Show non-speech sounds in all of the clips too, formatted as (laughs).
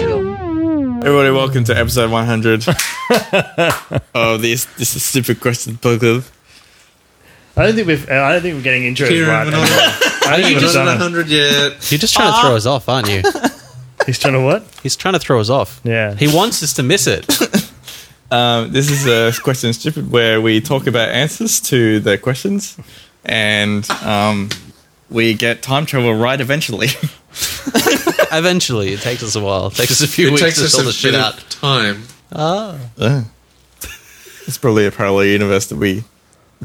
Everybody, welcome to episode (laughs) 100 of this this is stupid question book club. I don't think we've. I don't think we're getting intros Kieran, right. we're not- I don't think we've done it. 100 (laughs) yet. You're just trying to throw us off, aren't you? He's trying to what? He's trying to throw us off. Yeah. He wants us to miss it. Um, this is a question stupid where we talk about answers to the questions, and um, we get time travel right eventually. (laughs) Eventually, it takes us a while. It takes us a few It weeks takes to us sort a the shit bit (laughs) out. of time. it's probably a parallel universe that we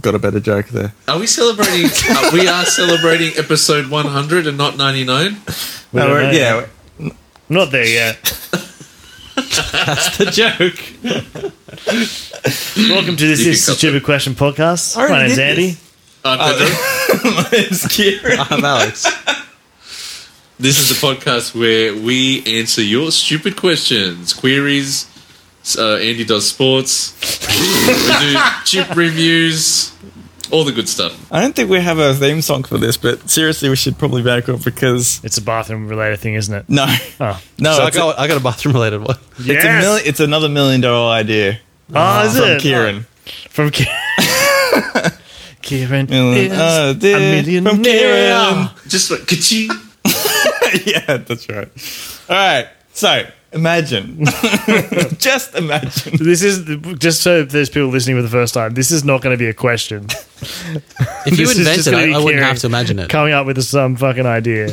got a better joke there. Are we celebrating? uh, we are celebrating episode 100 and not Uh, 99. We don't know. (laughs) yeah, Not there yet. That's the joke. Welcome to this You is can cut stupid question podcast. already My name's did Andy. Uh, it's Kieran. I'm (laughs) Alex. this is the podcast where we answer your stupid questions, queries. Uh, Andy does sports. we do chip reviews. All the good stuff. I don't think we have a theme song for this, but seriously, we should probably back up because It's a bathroom related thing, isn't it? no, Oh, no, so I it's, got, I got a bathroom (laughs) related one. Mm. it's, a Yes! mil- it's another million dollar idea oh is from it Kieran. (laughs) From Ki- Kieran. Million- is oh, dear, millionaire. from Kieran. Just like ka-ching. yeah, that's right. All right. So imagine, (laughs) just imagine. This is just so there's people listening for the first time. This is not going to be a (laughs) question. If you This is just invented gonna it, be I wouldn't Kieran have to imagine it. Coming up with some fucking (laughs) idea.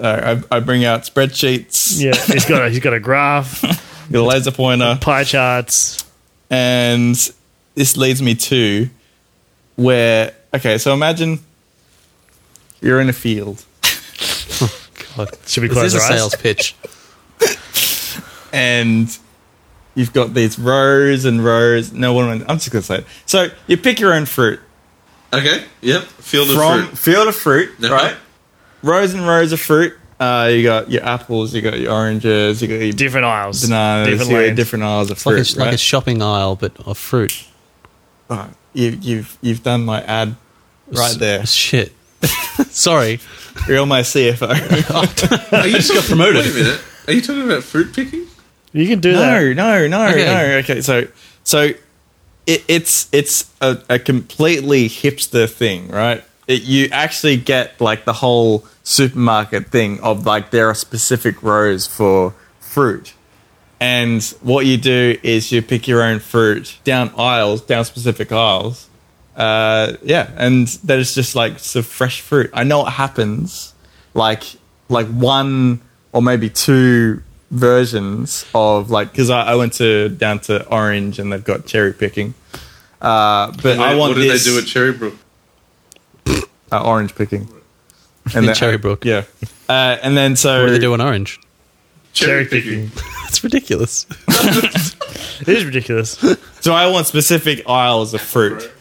Uh, I, I bring out spreadsheets, Yeah, he's got a he's got a graph, the laser pointer, pie charts. and this leads me to where. Okay, so imagine you're in a field God. Should we This close is a our eyes? sales pitch. and you've got these rows and rows. No, what am I, I'm just gonna say it. So you pick your own fruit Okay. Yep. Field of from fruit. field of fruit, Uh-huh. right? Rows and rows of fruit. Uh, you got your apples, you got your oranges, you got your Different aisles. bananas, different you got lanes. different aisles of Like, fruit. a, like a right? shopping aisle, but of fruit. Oh, you, you've you've done my ad right there. Shit. (laughs) Sorry. You're my (laughs) CFO. Are you just got promoted. Wait a minute. Are you talking about fruit picking? You can do that. no, no, no, Okay. no. Okay, so so it, it's it's a, a completely hipster thing, right? It, you actually get like the whole supermarket thing of like there are specific rows for fruit. And what you do is you pick your own fruit down aisles, down specific aisles. Uh, yeah, and that is just like some fresh fruit. I know it happens, like like one or maybe two versions of like because I, I went to down to orange and they've got cherry picking. Uh, but I want what did this they do at Cherrybrook? uh, orange (laughs) picking and In then- Cherrybrook. Yeah, uh, and then so What do they do in orange? Cherry picking. That's ridiculous. It is (laughs) ridiculous. So I want specific aisles of fruit.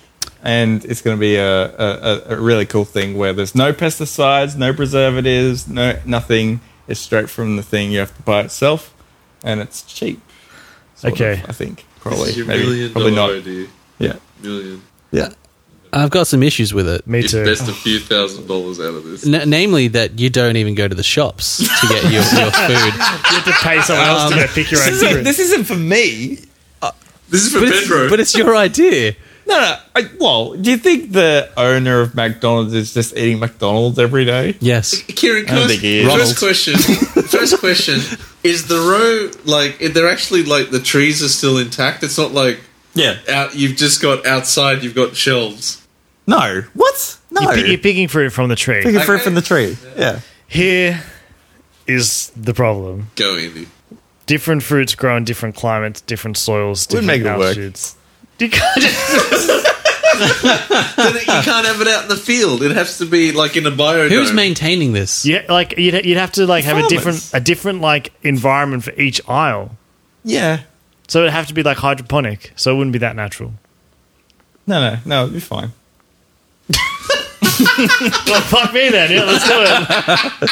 And it's going to be a, a, a- a really cool thing where there's no pesticides, no preservatives, no nothing. It's straight from the thing you have to buy itself, and it's cheap. sort Okay. of, I think This probably is your maybe million probably dollar not. idea. Yeah, Million. yeah. I've got some issues with it. Me You've too. best a few thousand dollars out of this. N- namely, that you don't even go to the shops to get your, your food. You have to pay someone else to go pick your own This isn't, fruit. this isn't for me. This is for But it's, Pedro. but it's your idea. No, no. I, well, do you think the owner of McDonald's is just eating McDonald's every day? Yes. Kieran, I can I don't ask- think he is. first question. first question is the row like if they're actually like the trees are still intact. It's not like Yeah. out. You've just got outside. You've got shelves. No. What? No. You're, pi- you're picking fruit from the Pick tree. a fruit Okay. from the tree. Yeah. Here is the problem. Go, Andy. Different fruits grow in different climates, different soils, We'd different make it work. altitudes. You can't just- Then you can't have it out in the field. It has to be like in a biodome. Who's maintaining this? yeah, like you'd, you'd have to like have a Farmers. different a different like environment for each aisle. Yeah. So it'd have to be like hydroponic. So it wouldn't be that natural. No, no, no. It'll be fine. Well, fuck me then. Yeah, let's do it.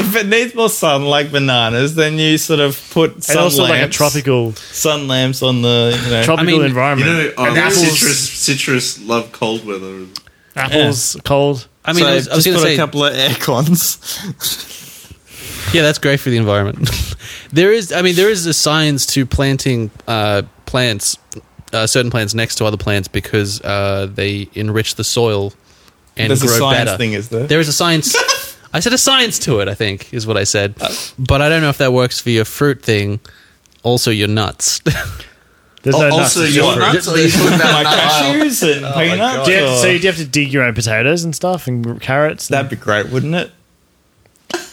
If it needs more sun, like bananas, then you sort of put sun And also lamps, like a tropical sun lamps on the you know. tropical mean, You environment. know, um, And apples, citrus citrus love cold weather. apples cold. I mean, I was, I was just going to put say, a couple of air cons. Yeah, that's great for the environment. (laughs) there is, I mean, there is a science to planting uh, plants, uh, certain plants next to other plants because uh, they enrich the soil and There's a grow science better. thing, is there? There is (laughs) a science. I said a science to it. I think is what I said, Uh, but I don't know if that works for your fruit thing. Also, your nuts. (laughs) There's no nuts. also, It's your just fruit. nuts, or you put them down Like that aisle? cashews and peanuts. Do you have to- or- so you have to dig your own potatoes and stuff and carrots. And, That'd be great, wouldn't it?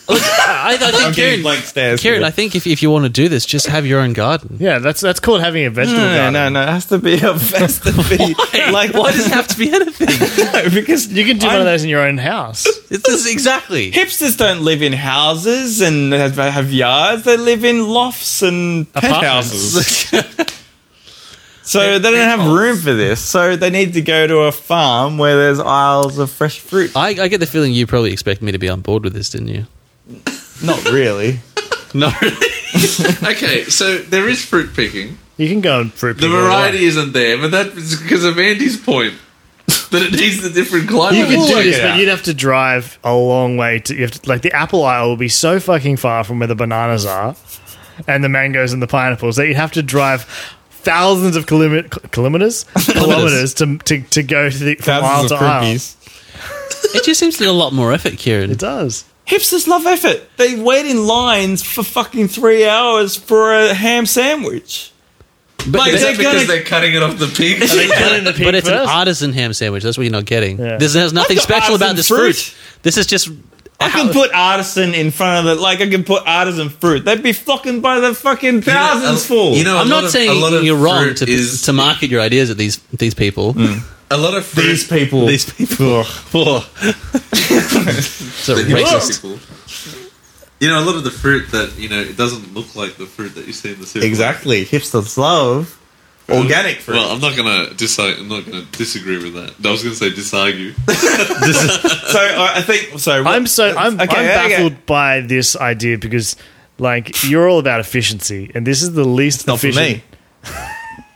I, I think getting Kieran, blank stares Kieran, here. I think if, if you want to do this, just have your own garden. yeah, that's that's called having a vegetable No, garden. no, no. It has to be a (laughs) has to be like (laughs) Why does it have to be anything? no, because You can do one I'm- of those in your own house. It's just exactly. Hipsters don't live in houses and have, have yards. They live in lofts and penthouses. (laughs) So they don't have room for this. So they need to go to a farm where there's aisles of fresh fruit. (laughs) I, I get the feeling you probably expect me to be on board with this, didn't you? Not really. No. Okay, so there is fruit picking. You can go and fruit. The pick all you want. variety isn't there, but that's because of Andy's point that it needs the different climate. You could do Work this, it but out. you'd have to drive a long way to. You have to, like the apple aisle will be so fucking far from where the bananas are, and the mangoes and the pineapples that you'd have to drive thousands of kilome- kilometers, kilometers to, to to go to the from (laughs) aisle Thousands to of aisle. cookies. it just seems to be a lot more effort, Kieran. It does. Hipsters love effort. They wait in lines for fucking three hours for a ham sandwich. but, Like, Is they- They're that because gonna- they're cutting it off the pig? They cut in the pig but it's an first. artisan ham sandwich. That's what you're not getting. Yeah. This has nothing That's special about artisan this fruit. fruit. This is just. I can put artisan in front of it, like I can put artisan fruit. They'd be flocking by the fucking thousands full. You know, a I'm lot not of- saying a lot of you're wrong fruit to, is- to market your ideas at these these people. a lot of fruit. these people. These people. It's a that you racist. people. You know, a lot of the fruit that you know it doesn't look like the fruit that you see in the supermarket. exactly. Hipsters love organic fruit. Well, I'm not gonna disargue, I'm not gonna disagree with that. I was gonna say disargue. so I I think so. what- I'm so I'm, I'm Okay, okay. baffled by this idea because like you're all about efficiency, and this is the least It's not for efficient. me.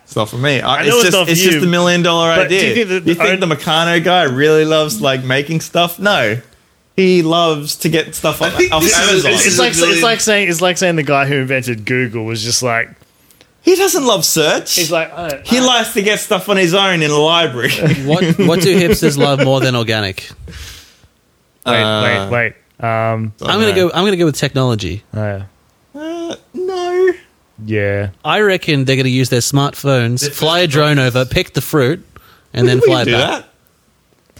It's not for me. I, know it's it's just not for it's you, just a million dollar but do you idea. think that the you think the own- Meccano guy really loves like making stuff? No, he loves to get stuff on, think off this is- Amazon. It's, This it's is like a million- it's like saying it's like saying the guy who invented Google was just like he doesn't love search. he's like "Oh, I don't, he likes to get stuff on his own in a (laughs) library. What what do hipsters love more than organic? wait, Uh, wait, wait. Um, I'm gonna know. go. I'm gonna go with technology. uh, Uh, no. yeah. I reckon they're gonna use their smartphones, fly a drone over, pick the fruit, and then we fly can it do back. that.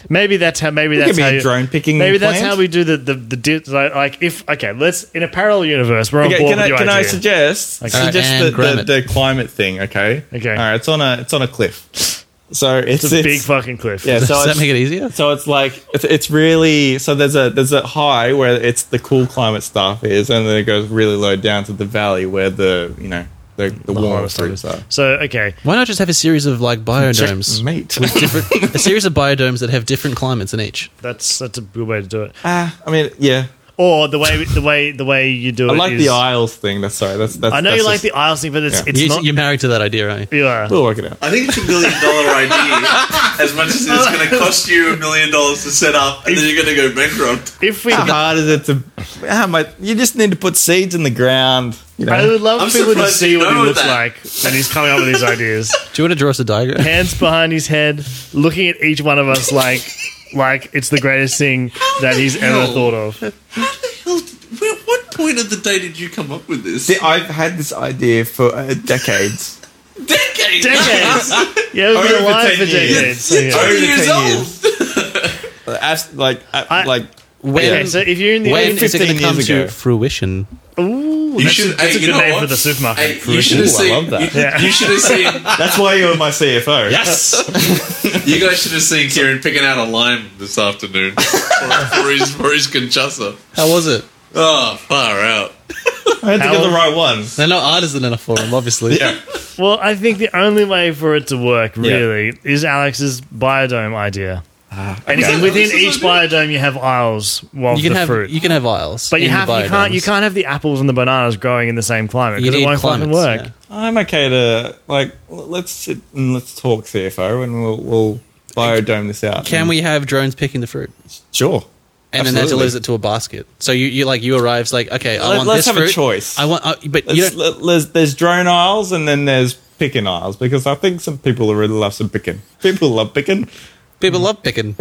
Maybe that's how. Maybe It that's could be how a you- drone picking. Maybe that's plant. how we do the the, the di- like, like if okay. Let's in a parallel universe. We're on Okay, board can with I, your can I idea. suggest Okay. suggest Alright, and the, Gromit. the, the climate thing? Okay. Okay. All right. It's on a it's on a cliff. So it's, it's a big it's- fucking cliff. Yeah. So Does that it's, make it easier? so it's like it's, it's really so there's a there's a high where it's the cool climate stuff is, and then it goes really low down to the valley where the you know the the, warmer harvest fruits are. So okay, Why not just have a series of like (laughs) biodomes? Meat. different, a series of biodomes that have different climates in each. that's that's a good way to do it. Ah, I mean, yeah. Or the way the way the way you do I it. like is- the aisles thing. That's sorry. That's that's. I know that's you like just- the aisle thing, but it's Yeah. it's you, not. you're married to that idea, aren't you? yeah. We'll work it out. I think it's a million dollar idea. As much as it's going to cost you a million dollars to set up, and then you're going to go bankrupt. If we, How hard is it to? How much? You just need to put seeds in the ground. You know. I would love I'm people to surprised see you what he know looks that. like, and he's coming up (laughs) with these ideas. Do you want to draw us a diagram? hands behind his head, looking at each one of us like like it's the greatest thing that he's ever hell? thought of. How the hell? Did, where, what point of the day did you come up with this? See, I've had this idea for uh, decades. Decades. (laughs) Decades. You haven't been Over alive 10 for decades. years. So, yeah. Over Twenty years 10 old. years. Abs- like, uh, I- like When, Okay, so if you're in the when is it going 15 to come years to ago. fruition? Ooh, You that's, should. a, that's hey, a you good know name what? for the Hey, supermarket. you should have Ooh, I seen. love that. You, Yeah. you should have (laughs) seen. that's why you're my CFO. Yes. You guys should have seen Kieran picking out a lime this afternoon (laughs) for, for his for his conchasa. How was it? Oh, far out. I had to get How- the right one. They're not artisan enough for him, obviously. Yeah. well, I think the only way for it to work really is Alex's biodome idea. and okay. within Alex's each biodome, you have aisles of You can the have fruit. you can have aisles, but you in have the you can't you biodomes. can't have the apples and the bananas growing in the same climate You because it need won't fucking climates, work. yeah. I'm okay to like. l- Let's sit and let's talk CFO, and we'll we'll biodome this out. Mm. Can we have drones picking the fruit? Sure. and then that Absolutely. delivers it to a basket. So you, you like you arrives like okay, I Let- want let's this have a fruit. choice. I want, uh, but you It's- don't. le- there's, there's drone aisles and then there's picking aisles because I think some people really love some picking. People love picking, (laughs) People love (laughs) picking.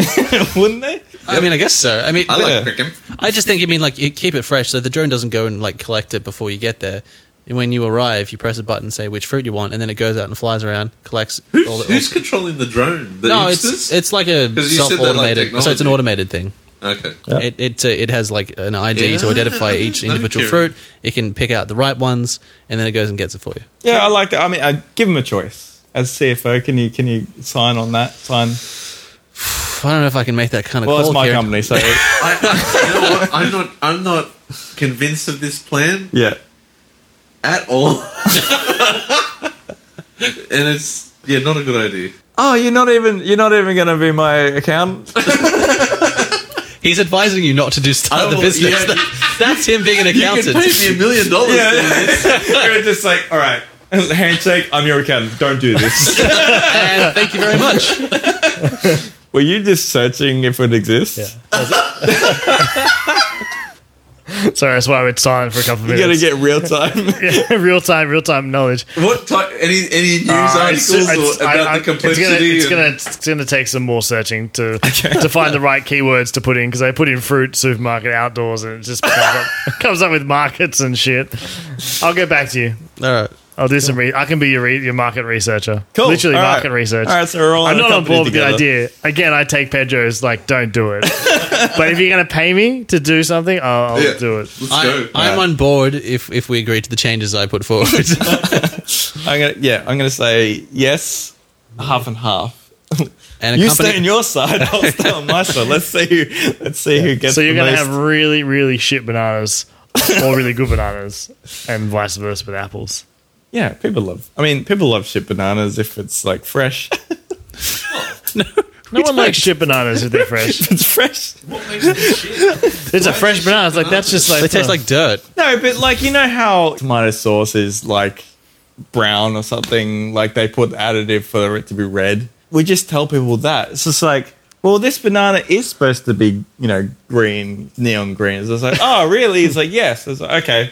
wouldn't they? I mean, I guess so. I mean, I but- Yeah. like picking. I just think you mean like you keep it fresh, so the drone doesn't go and like collect it before you get there. And When you arrive, you press a button, say which fruit you want, and then it goes out and flies around, collects all Who's, the. who's controlling the drone? The no, hipsters? it's it's like a 'Cause you said that, like, self-automated. so it's an technology. automated thing. okay. Yeah. It it, uh, it has like an ID to Yeah. (laughs) identify each No individual kidding. fruit. It can pick out the right ones, and then it goes and gets it for you. Yeah, I like that. I mean, I give them a choice. As CFO, can you can you sign on that? Sign. I don't know if I can make that kind of Well, call. it's my Kieran. company, (laughs) so I, I, you know what? I'm not. I'm not convinced of this plan yeah. at all. (laughs) and it's yeah, not a good idea. Oh, you're not even you're not even going to be my accountant. He's advising you not to do start I the will- business. yeah, That- (laughs) that's him being an You can accountant. pay me (laughs) a million (laughs) dollars. Yeah. (laughs) for this. You're just like, all right, (laughs) handshake. I'm your accountant. Don't do this. and thank you very much. (laughs) (laughs) Were you just searching if it exists? Sorry, that's why I went silent for a couple of You got to minutes. get real time. (laughs) real time, real time knowledge. What type? Any any news Uh, articles or I- about I- the complexity? It's and- gonna, it's gonna, it's gonna take some more (laughs) searching to to find the right keywords to put in because I put in fruit, supermarket, outdoors, and it just comes up, (laughs) comes up with markets and shit. I'll get back to you. All right. I'll do some. Re- I can be your re- your market researcher. (laughs) Cool. Literally All right. market research. All right, so we're all I'm in a not on company board with the together. idea. Again, I take Pedro's like, don't (laughs) do it. but if you're gonna pay me to do something, I'll, I'll Yeah. do it. Let's I, go. I'm on board if if we agree to the changes I put forward. I'm gonna yeah. I'm gonna say yes, half and half. and a You company, stay on your (laughs) side. I'll stay on my side. Let's see who. Let's see who gets. So you're the gonna most. have really, really shit bananas, or really good bananas, and vice versa with apples. Yeah, people love. I mean, people love shit bananas if it's like fresh. If No one likes shit bananas if they're (laughs) (laughs) fresh. it's fresh. It's a fresh banana. It's like that's just like they taste like dirt. No, but like you know how tomato sauce is like brown or something. Like they put additive for it to be red. We just tell people that. It's just like, well, this banana is supposed to be you know green, neon green. It's just like, oh, really? It's like yes. It's like okay.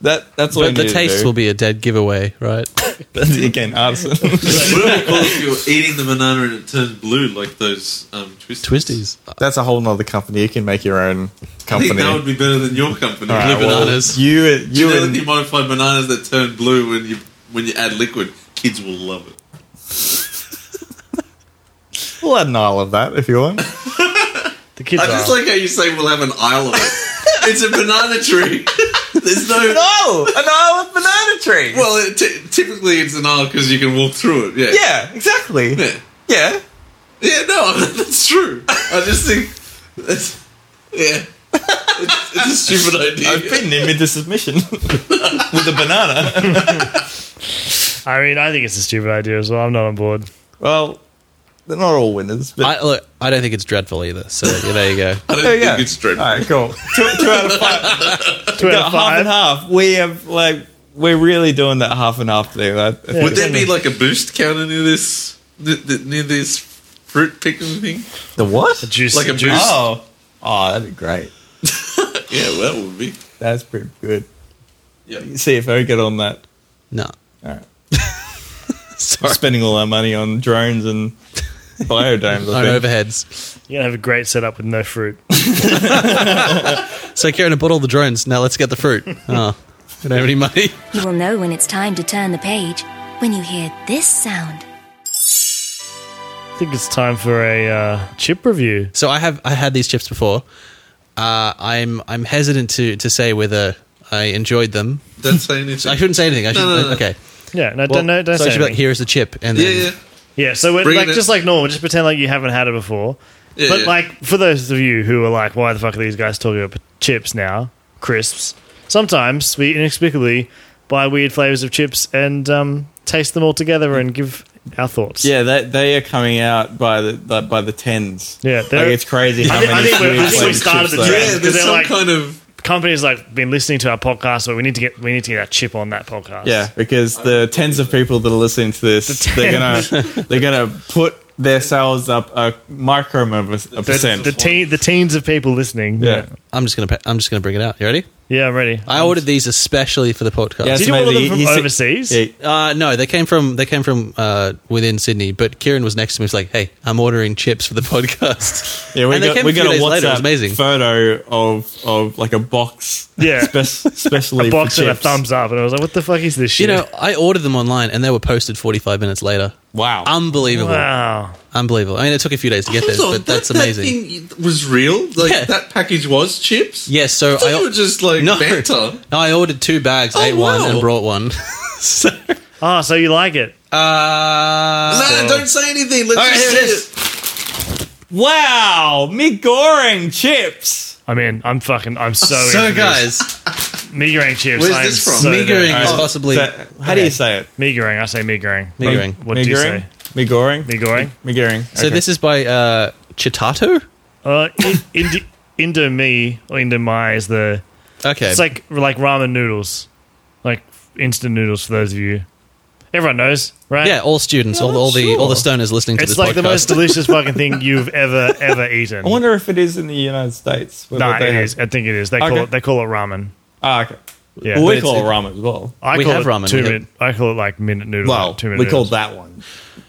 That that's all. But the taste will be a dead giveaway, right? be (laughs) again artisan. (laughs) what (laughs) do we call if you're eating the banana and it turns blue like those um, twisties? Twisties. that's a whole nother company. You can make your own I company. think that would be better than your company. All right, Blue well, bananas. You you, You know and the modified bananas that turn blue when you when you add liquid. Kids will love it. we'll add an aisle of that if you want. the kids. I just like how you say we'll have an aisle of it. it's a banana tree. There's no. no, an aisle of banana trees. Well, it t- typically it's an aisle because you can walk through it. Yeah. yeah, exactly. Yeah. Yeah. Yeah, no, (laughs) that's true. I just think that's yeah. It's, it's (laughs) a stupid I've idea. beaten him into submission (laughs) with a banana. I mean, I think it's a stupid idea as well. I'm not on board. Well, they're not all winners, but I, look, I don't think it's dreadful either. So yeah, there you go. (laughs) I there don't think you go. it's true. Oh, All right, cool. (laughs) Two, two out of five. Two out Got half of five. and half. We have like we're really doing that half and half thing. I, I think Would there be like a boost counter near this th- th- near this fruit picking thing? the what? Juice, like a juice. boost. Oh, oh, that'd be great. Yeah, well, that would be. That's pretty good. Yeah. See if I get on that. No. All right. Spending all our money on drones and (laughs) biodomes. On I think. overheads. You're gonna have a great setup with no fruit. So Karen, I bought all the drones. Now let's get the fruit. Oh, we don't have any money. You will know when it's time to turn the page when you hear this sound. I think it's time for a uh, chip review. So I have I had these chips before. Uh, I'm I'm hesitant to to say whether I enjoyed them. Don't say anything. I shouldn't say anything. I should no, no. okay. Yeah, no, Well, don't, no, don't so I say should be like, anything. here is the chip, and yeah, then yeah. Yeah, so we're Bring like it in. just like normal. Just pretend like you haven't had it before. Yeah, but yeah. like for those of you who are like, why the fuck are these guys talking about chips now? Crisps. Sometimes we inexplicably buy weird flavors of chips and um, taste them all together and give our thoughts. Yeah, they, they are coming out by the like, by the tens. Yeah, like, they're- it's crazy how I think- I many. think we- I weird think we flavored started chips the there trend. are. Yeah, Because there's they're some like- kind of Companies like been listening to our podcast, so we need to get we need to get our chip on that podcast. Yeah, because the tens of people that are listening to this, (laughs) they're gonna they're gonna put their sales up a micrometer of a- a The, percent. the, teen, the teens of people listening. yeah. I'm just gonna pa- I'm just gonna bring it out. You ready? Yeah, I'm ready. I ordered these especially for the podcast. Yeah, Did so you order maybe them from he- he said- overseas? Yeah, Uh, no, they came from they came from uh, within Sydney, but Kieran was next to me. He was like, "Hey, I'm ordering chips for the (laughs) podcast." Yeah, we and they got, came we a few got a days WhatsApp later. It was amazing. photo of of like a box, (laughs) Yeah. spe- especially A box for and a chips. thumbs up, and I was like, "What the fuck is this you shit?" know, I ordered them online, and they were posted 45 minutes later. Wow, Unbelievable, wow. unbelievable. I mean, it took a few days to get there, Hold on, but that's that, that amazing. thing was real. Like Yeah. that package was chips. Yes, so I thought I you were just like (laughs) (laughs) no, banter. no, I ordered two bags, Oh, ate one, and wow. (laughs) brought one. so, Oh, so you like it? uh, No, no, don't say anything. Let's All right, just here it see is. (laughs) wow, me goring chips. I mean, I'm fucking. I'm so. so into this. guys, Migorang chips. Where's I am this from? So me going Migorang. is Oh, possibly Is that- how do you say it? Migorang. I say migorang. me going. What me do you goring? say? Me goring? Migorang. Me goring. So Okay. this is by uh, Chitato. Uh, in, Indi- Indo me or Indo my is the. Okay, It's like like ramen noodles, like instant noodles for those of you. Everyone knows, right? (laughs) yeah, all students, all, all the all the stoners listening to It's this like podcast. the most delicious fucking (laughs) thing you've ever ever eaten. I wonder if it is in the United States. whether Nah, they it have- is. I think it is. They call Okay. it. They call it ramen. Ah, okay. Well, Yeah. But we it's- call it it- ramen as well. I we call have it ramen. Two We have- minute, I call it like minute noodle. Well, two minute. we call noodles. that one.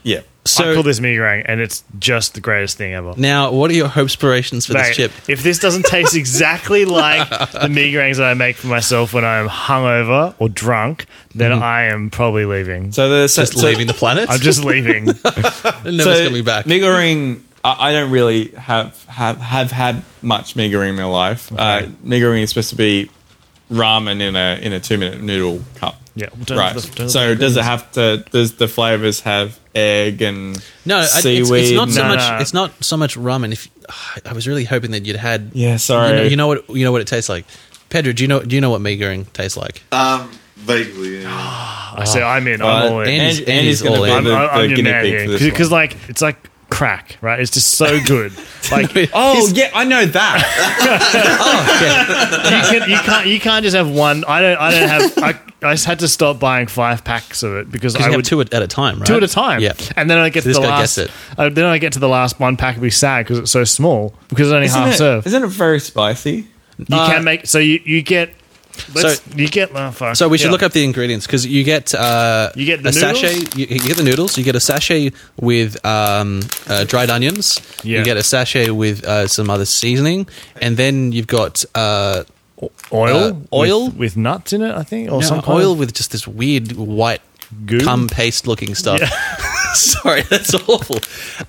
Yeah. so I call this migorang, and it's just the greatest thing ever. now, what are your hopes, aspirations for Mate, this chip? If this doesn't (laughs) taste exactly like the migrangs that I make for myself when I'm hungover or drunk, then I am probably Mm-hmm. leaving. So the so, Just leaving the planet. I'm (laughs) (laughs) just leaving. never coming back. Mee Goreng, I, I don't really have have have had much mee goreng in my life. Uh, mee goreng is supposed to be ramen in a in a two minute noodle cup. Yeah, well, don't- right. that's- don't- so does it have to? Does the flavors have egg and no, I- it's, seaweed? it's not so No, much. no. It's not so much ramen. If (sighs) I was really hoping that you'd had. Yeah, sorry. You know, you know what? You know what it tastes like. Pedro, do you know? Do you know what meagering tastes (laughs) like? Um, vaguely. Yeah. I say I'm in. Uh, I'm all in. Andy- Andy's, Andy's- Andy's Andy's going to all be in. the, I'm, the I'm, I'm your guinea man pig here for this because, one. like, it's like crack, right? It's just (laughs) so good. Like, you Oh yeah, I know that. can you can't you can't just have one. I don't. I don't have. I, I just had to stop buying five packs of it because Because I you have would two at, at a time, right? two at a time. Yeah. and then I get to This the guy last. gets it. I, then I get to the last one pack and be sad because it's so small because it's only (laughs) half Isn't it, served. isn't it very spicy? You Uh, can make so you you get let's, you get oh, fuck. So we should Yeah. look up the ingredients because you get uh, You get the a noodles? sachet. You, you get the noodles. You get a sachet with um, uh, dried onions. Yeah. You get a sachet with uh, some other seasoning, and then you've got uh, oil uh, oil? with, with nuts in it. I think or no, some kind oil of- with just this weird white Goo? cum paste looking stuff. (laughs) Sorry, that's awful.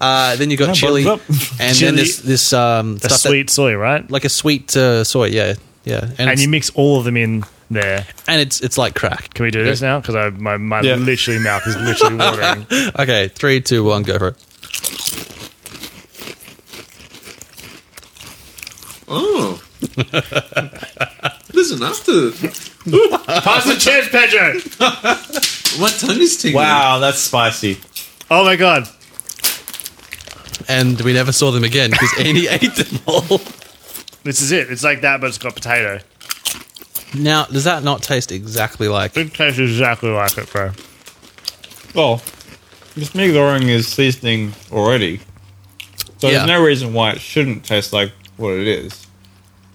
Uh, then you got chili, but- and then this Chili. this um, a stuff that- sweet soy, right? like a sweet uh, soy. Yeah, yeah, and and it's, you mix all of them in there. and it's it's like crack. Can we do this now? Because my my Yeah. literally mouth is literally (laughs) watering. Okay, three, two, one, go for it. Oh. (laughs) Listen, after Pass the chips, Pedro. my tongue is tingling. Wow, that's spicy. Oh my god. And we never saw them again because Andy (laughs) ate them all. This is it. It's like that, but it's got potato. Now, does that not taste exactly like? It tastes exactly like it, bro. Well, this mee goreng is seasoning already, so Yeah. there's no reason why it shouldn't taste like what it is.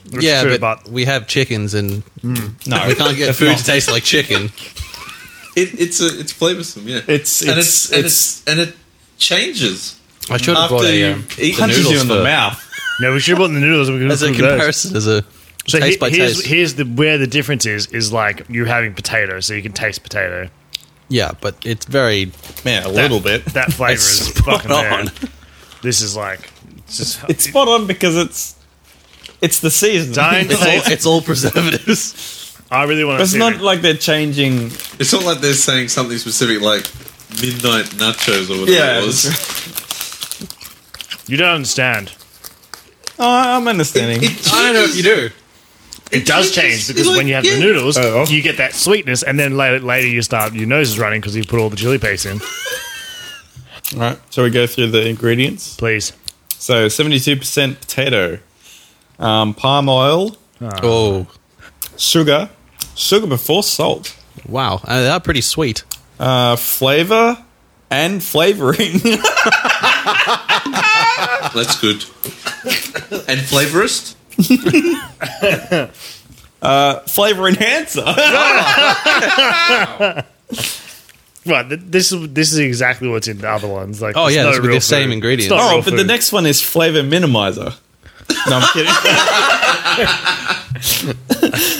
It's yeah, true, Hmm. but, we have chickens and No, we can't get it's food not. to taste like chicken. (laughs) It, it's a, it's flavorsome. Yeah. It's- and it's- it's, and it's- it's and it changes. I should have After bought you a um, eat- the punches you noodles in for- the mouth. no, we should have bought the noodles. and We could as a cook those. comparison, as a So taste he- by here's, taste. here's the where the difference is is like you're having potato, so you can taste potato. yeah, but (laughs) it's very Man, a little bit. That flavor is spot fucking there. on. This is like it's just It's spot on because it's it's the season. (laughs) Don't It's it's all- all, it's all preservatives. I really want to it's see not it. like they're changing. It's not like they're saying something specific like midnight nachos or whatever Yeah, it was. you don't understand. Oh, I'm understanding. I don't know if you do. It does changes. change because It's like- when you have yeah. the noodles, Oh. you get that sweetness, and then later, later you start your nose is running because you put all the chili paste in. right. So we go through the ingredients. Please, So 72% potato, um, palm oil, Ah. Oh, sugar, sugar before salt, wow, uh, they are pretty sweet. uh, flavor, and flavoring. (laughs) That's good. And flavorist? Flavor enhancer. Right, th- this is this is exactly what's in the other ones. Like, Oh, there's yeah, no it's with real the same food. ingredients. It's oh, not real but the food. next one is flavor minimizer. No, I'm kidding.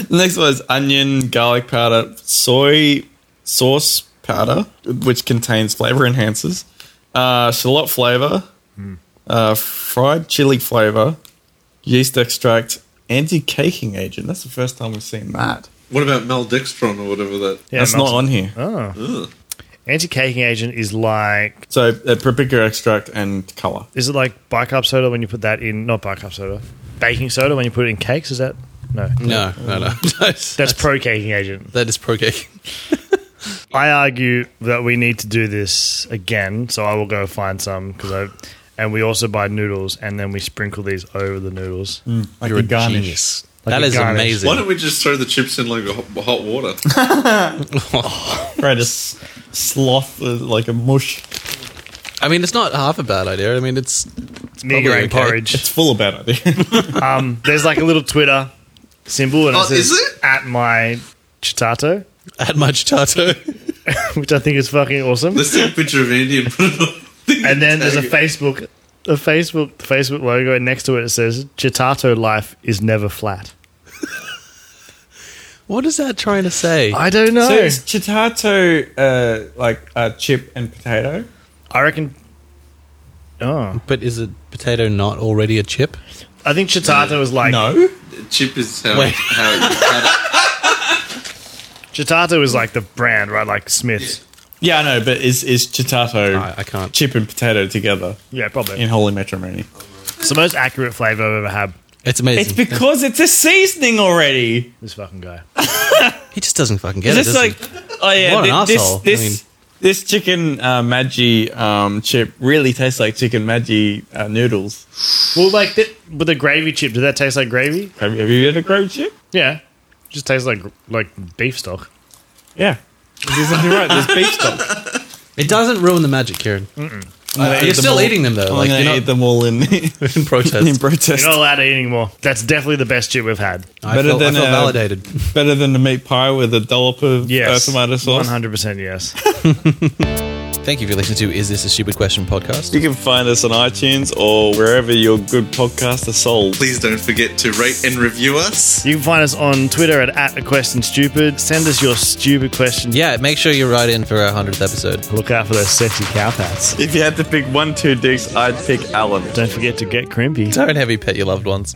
the (laughs) next one is onion, garlic powder, soy sauce powder, which contains flavor enhancers, uh, shallot flavor, uh, fried chili flavor, yeast extract, anti-caking agent. That's the first time we've seen that. What about Maldextron or whatever that? Yeah, That's not melted. on here. Anti-caking agent is like So, uh, paprika extract and color. is it like bicarb soda when you put that in? Not bicarb soda, baking soda when you put it in cakes. Is that no? No, no, (laughs) no. Mm, That's, That's pro-caking agent. that is pro cake. I argue that we need to do this again, so I will go find some because I. And we also buy noodles, and then we sprinkle these over the noodles. Mm, Like You're a a garnish. genius. Like that a is garnish. amazing. Why don't we just throw the chips in like hot, hot water? Right, a s- sloth, uh, like a mush. I mean, it's not half a bad idea. I mean, it's It's meagre probably and okay. porridge. (laughs) It's full of bad idea. Um, there's like a little Twitter symbol, and Oh, it says is it? at my chitato, add much tato. (laughs) which I think is fucking awesome. Let's take a picture of Andy and put it on. (laughs) And then there's a Facebook, a Facebook, the Facebook logo, and next to it it says chitato life is never flat. (laughs) What is that trying to say? I don't know. (laughs) So is chitato uh, like a chip and potato? I reckon. Oh, but is a potato not already a chip? I think chitato is like No. chip is how, Wait. how, how Chitato is like the brand, right? Like Smith's. Yeah, I know, but is is chitato I- I can't. chip and potato together Yeah, probably. in holy matrimony? It's the most accurate flavor I've ever had. It's amazing. It's because it's a seasoning already. This fucking guy. he just doesn't fucking get It's it. just does he? like, oh yeah, What an thi- this asshole. I this mean- this chicken uh, Maggi um, chip really tastes like chicken Maggi uh, noodles. Well, like th- with the gravy chip, did that taste like gravy? Have you, have you had a grilled chip? Yeah, just tastes like like beef stock. Yeah. You're exactly right. There's beef stock. it doesn't ruin the magic, Kieran. I'm You're still eating them though. I'm Like gonna you're not eat them all in (laughs) in protest. in protest. You're not allowed to eat anymore. That's definitely the best chip we've had. I Better feel, than, I feel uh, validated. Better than the meat pie with a dollop of Yes, uh, tomato sauce. One hundred percent. Yes. Thank you for listening to Is This a Stupid Question podcast. You can find us on iTunes or wherever your good podcasts are sold. Please don't forget to rate and review us. You can find us on Twitter at, at a question stupid. Send us your stupid questions. Yeah, make sure you write in for our hundredth episode. Look out for those sexy cowpats. If you had to pick one, two dicks, I'd pick Alan. Don't forget to get crimpy. Don't heavy pet your loved ones.